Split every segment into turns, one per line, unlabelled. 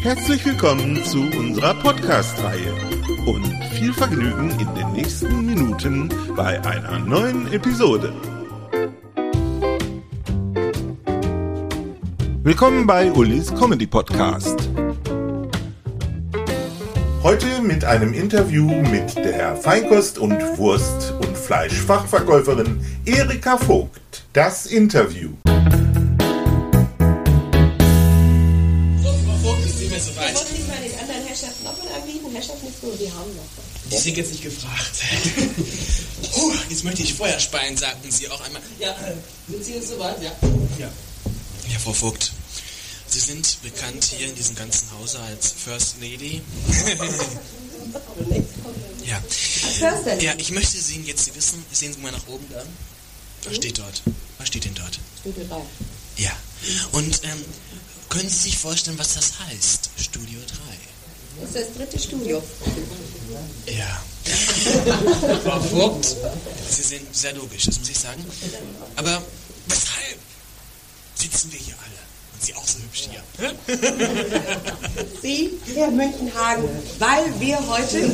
Herzlich willkommen zu unserer Podcast-Reihe und viel Vergnügen in den nächsten Minuten bei einer neuen Episode. Willkommen bei Ulis Comedy Podcast. Heute mit einem Interview mit der Feinkost- und Wurst- und Fleischfachverkäuferin Erika Vogt. Das Interview.
Frau Vogt, ist nicht mehr so
Ich
weit.
wollte nicht mal den anderen Herrschaften nochmal anbieten. Herrschaften ist gut, die haben noch. was.
Die sind jetzt nicht gefragt. Puh, jetzt möchte ich Feuer speien, sagten Sie auch einmal. Ja, äh, sind Sie jetzt soweit? Ja. ja. Ja, Frau Vogt, Sie sind bekannt hier in diesem ganzen Hause als First Lady. ja.
Hörst du denn?
ja, ich möchte Sie jetzt Sie wissen, sehen Sie mal nach oben da. Was steht dort? Was steht denn dort?
Studio 3.
Ja. Und ähm, können Sie sich vorstellen, was das heißt? Studio 3.
Das ist das dritte Studio.
Ja. Frau Vogt, Sie sind sehr logisch, das muss ich sagen. Aber weshalb sitzen wir hier alle? Und Sie auch so hübsch hier. Hä?
Sie, Herr Mönchenhagen, weil wir heute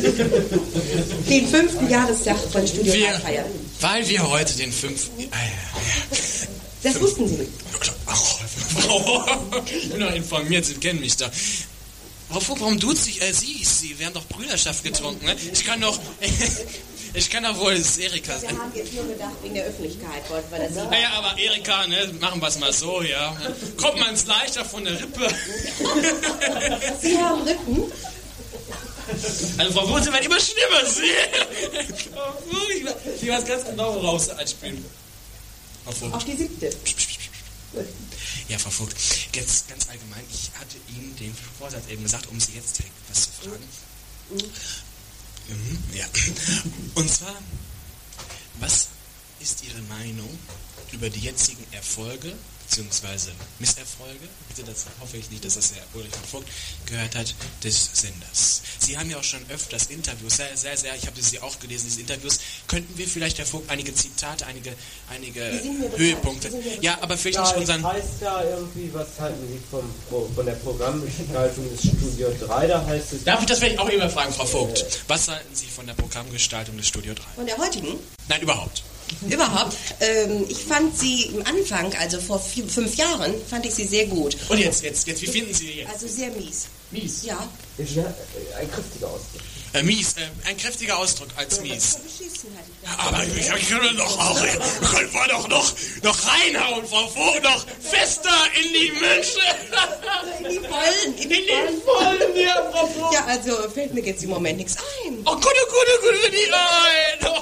den fünften Jahrestag von Studio 3
Wir,
feiern.
weil wir heute den fünften. Ah, ja, Oh
Das wussten Sie nicht.
ja. Ach, Frau, oh ich bin doch informiert, Sie kennen mich doch. Frau Vogt, warum duzt sich äh, Sie? Sie wir haben doch Brüderschaft getrunken, ne? Ich kann doch. Ich kann doch wohl das Erika
Wir
sein.
haben jetzt nur gedacht, wegen der Öffentlichkeit wollten wir das nicht.
Naja, aber Erika, ne, machen wir es mal so, ja. Kommt man es leichter von der Rippe.
Sie haben Rippen.
Also Frau Wurzel wird immer schlimmer. Sie. Frau Wurzel, ich weiß- Ich weiß ganz genau, worauf sie anspielen. Frau Vogt.
Auf die siebte.
Ja, Frau Vogt, jetzt ganz allgemein, ich hatte Ihnen den Vorsatz eben gesagt, um Sie jetzt direkt was zu fragen. Mhm, ja. Und zwar, was ist Ihre Meinung über die jetzigen Erfolge bzw. Misserfolge? Bitte, das hoffe ich nicht, dass das Herr Ulrich von Vogt gehört hat, des Senders. Sie haben ja auch schon öfters Interviews, sehr, sehr, sehr, ich habe sie auch gelesen, diese Interviews. Könnten wir vielleicht, Herr Vogt, einige Zitate, einige, einige
sind mir bekannt,
Höhepunkte.
die sind mir bekannt.
Ja, aber vielleicht
Ja,
nicht
das
unseren.
heißt ja irgendwie, was halten Sie vom, Pro- von der Programmgestaltung des Studio 3? Da heißt es,
Darf ich das vielleicht auch immer fragen, Frau Vogt? Was halten Sie von der Programmgestaltung des Studio 3?
Von der heutigen.
Nein, überhaupt.
Überhaupt. Ähm, ich fand sie im Anfang, also vor vier, fünf Jahren, fand ich sie sehr gut.
Und jetzt, jetzt, jetzt, wie finden Sie die jetzt?
Also sehr mies.
Mies.
Ja.
ja, äh, ein kräftiger Ausdruck.
Äh, mies, äh, ein kräftiger Ausdruck als mies.
Beschissen hatte ich das.
Aber ich ich können doch auch, können wir doch noch, noch reinhauen, Frau Vogt, noch fester in die München.
In die Vollen, in
In
die Vollen.
die Vollen, ja, Frau Vogt.
Ja, also fällt mir jetzt im Moment nichts ein.
Oh Gott, oh Gott, oh Gott, wenn die rein! Oh, oh,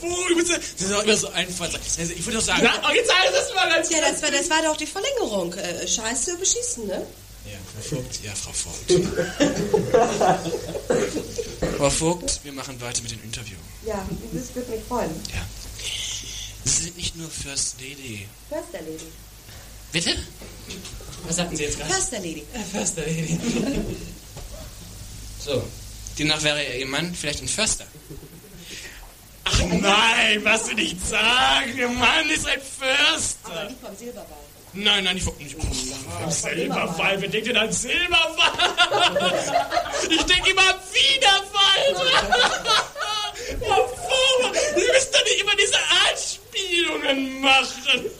Frau Vogt, ich muss- das ist doch immer so einfach. Also, Ich würde doch sagen, na, jetzt alles ist mal ganz
Ja, das war, das war doch die Verlängerung. Äh, scheiße, beschissen, ne?
Ja, Frau Vogt, ja, Frau Vogt. Frau Vogt, wir machen weiter mit dem Interview.
Ja, das würde mich freuen.
Ja. Sie sind nicht nur First Lady.
Försterlady.
Bitte? Was sagten Sie jetzt gerade?
Försterlady.
Äh, Förster Lady. So. Demnach wäre Ihr Mann vielleicht ein Förster. Ach nein, was du nicht sagen. Ihr Mann ist ein Förster.
Aber nicht vom Silberball.
Nein, nein, ich wollte nicht. Oh, Silberfall, wer denkt denn an Silberfall? Ich denke immer an Wiederfall. Frau Vogel, Sie müssen doch nicht immer diese Anspielungen machen.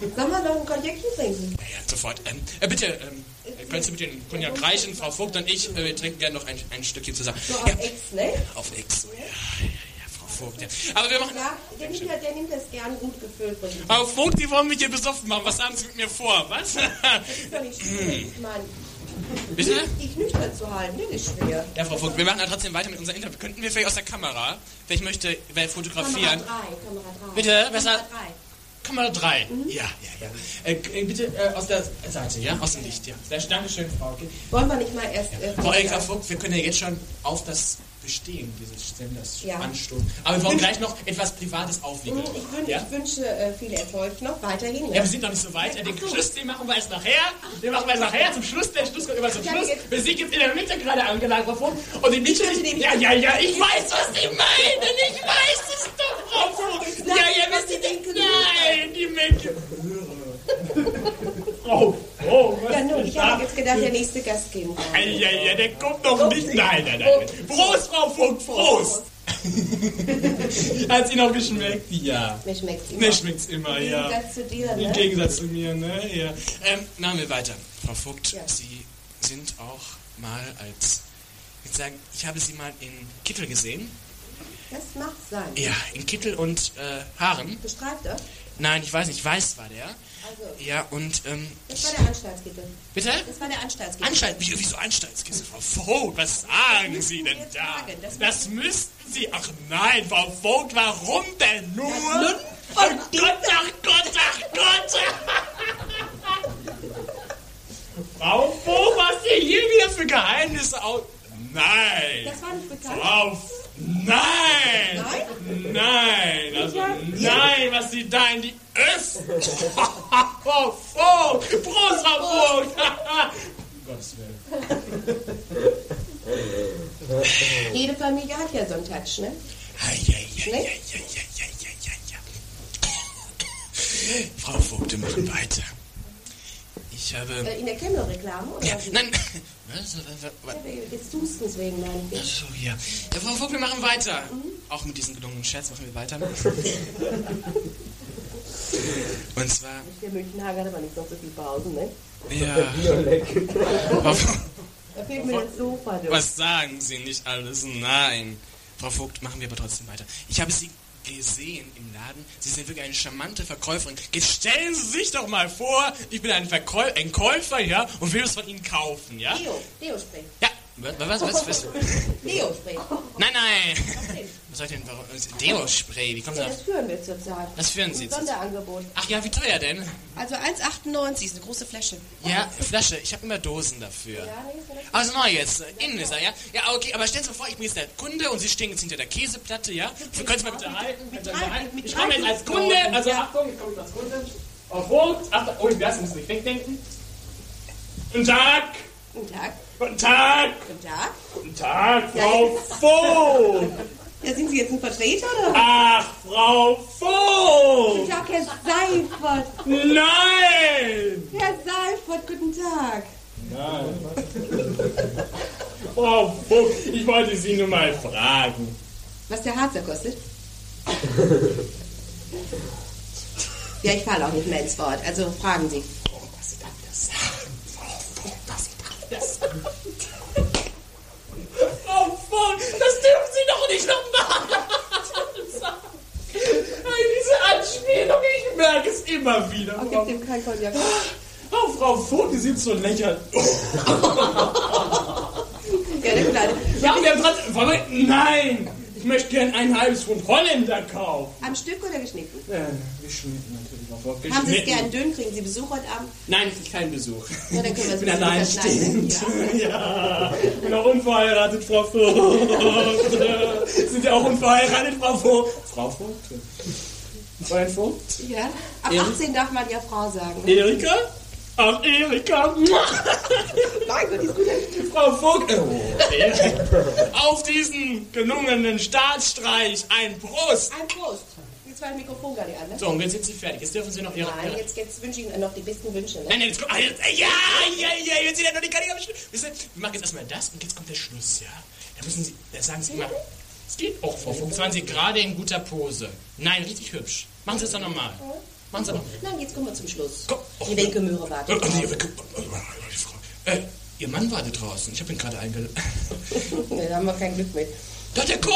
Sollen wir noch ein Konjektiv trinken?
Ja, sofort. Ähm, äh, bitte, ähm, äh, können Sie mit den Cognac reichen? Frau Vogt und ich, äh, wir trinken gerne noch ein, ein Stückchen zusammen.
So auf
Ja,
Ex, ne?
auf Ex. Ja, ja, ja, Frau Vogt. Ja. Aber wir machen...
Ja, der nimmt, ja- der nimmt das gern gut gefüllt. Das ist
Frau Vogt, die wollen mich hier besoffen machen. Was haben Sie mit mir vor? Was?
doch
Hm.
nicht schwer. Ich meine,
bitte?
dich nüchtern zu halten, das ist schwer.
Ja, Frau Vogt, wir machen dann trotzdem weiter mit unserem Interview. Könnten wir vielleicht aus der Kamera, vielleicht möchte wer fotografieren.
Kamera 3, Kamera 3.
Bitte, besser-
Kamera Mhm.
Kamera 3. Ja, ja, ja. Äh, äh, bitte äh, aus der Seite, ja? Aus dem Licht, ja. Sehr, schön. Dankeschön, Frau. Ge-
Wollen wir nicht mal erst. äh,
Frau Erika Vogt, wir können ja jetzt schon auf das Bestehen dieses Senders
Ja. Oh,
anstoßen. Aber wir wollen gleich noch etwas Privates aufwickeln.
Hm, ich, wün
ja?
ich wünsche äh, viel Erfolg noch weiterhin.
Ja, wir sind noch nicht so weit. Den Schluss, den machen wir erst nachher. Den machen wir erst nachher. Zum Schluss, der Schluss kommt immer zum
Ja,
Schluss.
jetzt-
Wir sind jetzt in der Mitte gerade angelagert worden. Und die Mitte
könnte den-
Ja, ja, ja, ich weiß, was Sie meinen. Ich weiß es doch, Frau Vogt. Ja,
Nein,
ja,
was
was Sie
Sie denken.
denken. Nein, die Menschen. Oh, oh, was
Ja, nun, ich
da?
habe jetzt gedacht, der nächste Gast gehen kann.
Ei, ei, ei, der kommt doch nicht. Nein, nein, nein. Prost, Frau Vogt, Prost. Hat sie noch geschmeckt? Ja.
Mir schmeckt
Mir schmeckt's immer, ja.
Gegensatz zu dir,
Im
ne?
Gegensatz zu mir, ne? Ja. Ähm, machen wir weiter. Frau Vogt,
Ja.
Sie sind auch mal als, ich würde sagen, ich habe Sie mal in Kittel gesehen.
Das macht sein.
Ja, in Kittel und äh, Haaren.
Bestreift euch.
Nein, ich weiß nicht, weiß war der.
Also,
Ja, und, ähm,
das war der Anstaltskittel.
bitte?
Das war der Anstaltskittel.
Anstalt, wie- wieso Anstaltskiste, Frau Vogt? Was sagen Sie denn
jetzt
da?
sagen, das-
Das müssten Sie. Ach nein, Frau Vogt, warum denn nur?
nun
Ach Gott, ach Gott, ach Gott! Frau Vogt, was Sie hier wieder für Geheimnisse aus. Nein!
das war nicht bekannt.
Frau. F- Nein! Nein! Also, nein, was Sie da in die Öff. Frau Vogt! Prost, Frau Vogt! Um Gottes Willen.
Jede Familie hat ja so einen Touch, ne?
Frau Vogt, wir machen weiter. Ich habe.
Äh, In der Camel-Reklame, oder?
Ja,
wie?
nein. Was? Was? Was?
Ja, Jetzt tust du es wegen meinem
Ach so, ja. ja. Frau Vogt, wir machen weiter. Auch mit diesem gelungenen Scherz machen wir weiter. Und zwar.
Der Münchenhager hat aber nicht noch so viel Pausen, ne?
Ja.
Bioleck.
Frau Vogt,
Da fehlt mir das Sofa, du.
Äh, was sagen Sie nicht alles? Nein. Frau Vogt, machen wir aber trotzdem weiter. Ich habe Sie gesehen im Laden. Sie sind wirklich eine charmante Verkäuferin. Jetzt stellen Sie sich doch mal vor, ich bin ein, Verkäu ein Käufer, ja, und will das von Ihnen kaufen, ja?
Leo, Leo spricht.
Ja. Was, was, was, was?
Leo spricht.
Nein, nein. Was soll ich denn? Warum? Deo-Spray, wie kommt
Ja,
das?
das führen wir zurzeit.
Das führen Sie
Ein
zurzeit.
Sonderangebot.
Ach ja, wie teuer denn?
Also 1,98 ist eine große Flasche.
Ja, Flasche. Ich habe immer Dosen dafür.
Ja, nee, ist mir das-
Also neu jetzt. Innen ist er, ja? Ja, okay, aber stellen Sie sich vor, ich bin jetzt der Kunde und Sie stehen jetzt hinter der Käseplatte, ja? Wir können es mal bitte halten. könnt ihr mal
Halten,
halten.
mit
Ich komme jetzt als Kunde, also Achtung, ich komme jetzt als Kunde. Auf Rot, Achtung, oh, das muss ich wegdenken. Guten Tag!
Guten Tag.
Guten Tag!
Guten Tag.
Guten Tag, Frau Vogt!
Ja, sind Sie jetzt ein Vertreter,
Ah.
oder?
Ach, Frau Vogt!
Guten Tag, Herr Seifert.
Nein!
Herr Seifert, guten Tag.
Frau Vogt, ich wollte Sie nur mal fragen.
Was der Harzer kostet? ja, ich falle auch nicht mehr ins Wort. Also fragen Sie.
Was Sie da wieder sagen, Frau Vogt, was Sie da wieder sagen. Frau Vogt, das dürfen Sie doch nicht nochmal sagen. Diese Anspielung, ich merke es immer wieder.
Oh,
Frau
gibt dem kein Cognac.
Oh, Frau Vogt, die sind so lächerlich.
Ja, der Kleine.
Ja, und der Franz. Wollen wir- Nein! Ich möchte gern ein halbes Pfund Holländer kaufen.
Am Stück oder geschnitten?
Äh, geschnitten natürlich, Frau Vogt.
Haben Sie es
geschnitten.
gern dünn? Kriegen Sie Besuch heute Abend?
Nein, ich keinen Besuch.
Ja, dann können wir es
Ich bin
ein bisschen
alleinstehend.
verschneiden.
Ja. Ich bin auch unverheiratet, Frau Vogt. Sind Sie auch unverheiratet, Frau Vogt? Frau Vogt? Mein Vogt?
Ja. Ab
Ja.
18 darf man ja Frau sagen.
Erika? Ach, Erika!
Mein Gott, die ist gut.
Frau Vogt! Oh, Erika. Auf diesen gelungenen Staatsstreich ein Prost!
Ein Prost. Jetzt war ein Mikrofon gar nicht an, ne?
So, und jetzt sind Sie fertig. Jetzt dürfen Sie noch Ihre.
Nein,
Ihre-
jetzt, jetzt wünsche ich Ihnen noch die besten Wünsche, ne?
Nein, nein, jetzt kommt. ah, Jetzt, ja, ja, ja, jetzt sind ja noch die Kategorie am Schluss. Wisst ihr, wir machen jetzt erstmal das und jetzt kommt der Schluss, ja? Da müssen Sie, da sagen Sie immer, es geht auch, Frau Vogt. Waren Sie gerade in guter Pose? Nein, richtig hübsch. Machen Sie es doch nochmal. Machen Sie doch nochmal.
Nein, jetzt kommen wir zum Schluss.
Komm.
Die Wenke Möhre wartet.
Äh, nee, guck mal, guck mal, die Frau. Äh, Ihr Mann wartet draußen. Ich habe ihn gerade eingeladen.
Nee, Da haben wir kein Glück mit.
Doch, der kommt!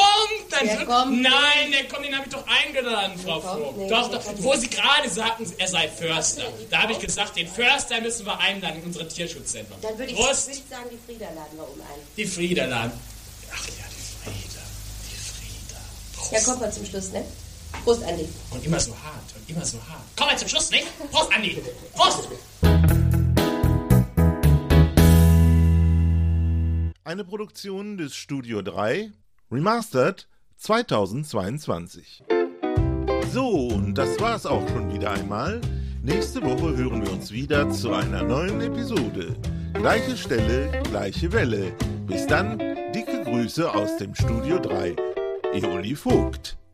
Dann
Der kommt
Nein, der kommt, den habe ich doch eingeladen, Frau
kommt
Vogt.
nicht,
doch,
der
doch,
kommt
wo Sie gerade sagten, er sei Förster. Da habe ich gesagt, den Förster müssen wir einladen in unsere Tierschutzsendung.
Dann würde ich,
Prost!
würde ich sagen, die Frieda laden wir um ein.
Die Frieda laden. Ach ja, die Frieda. Die Frieda.
Ja, kommen wir zum Schluss, ne? Prost, Andi.
Und immer so hart und immer so hart. Kommen wir zum Schluss, nicht? Prost, Andi! Prost!
Eine Produktion des Studio 3, Remastered 2022. So, und das war's auch schon wieder einmal. Nächste Woche hören wir uns wieder zu einer neuen Episode. Gleiche Stelle, gleiche Welle. Bis dann, dicke Grüße aus dem Studio 3. Eoli Vogt.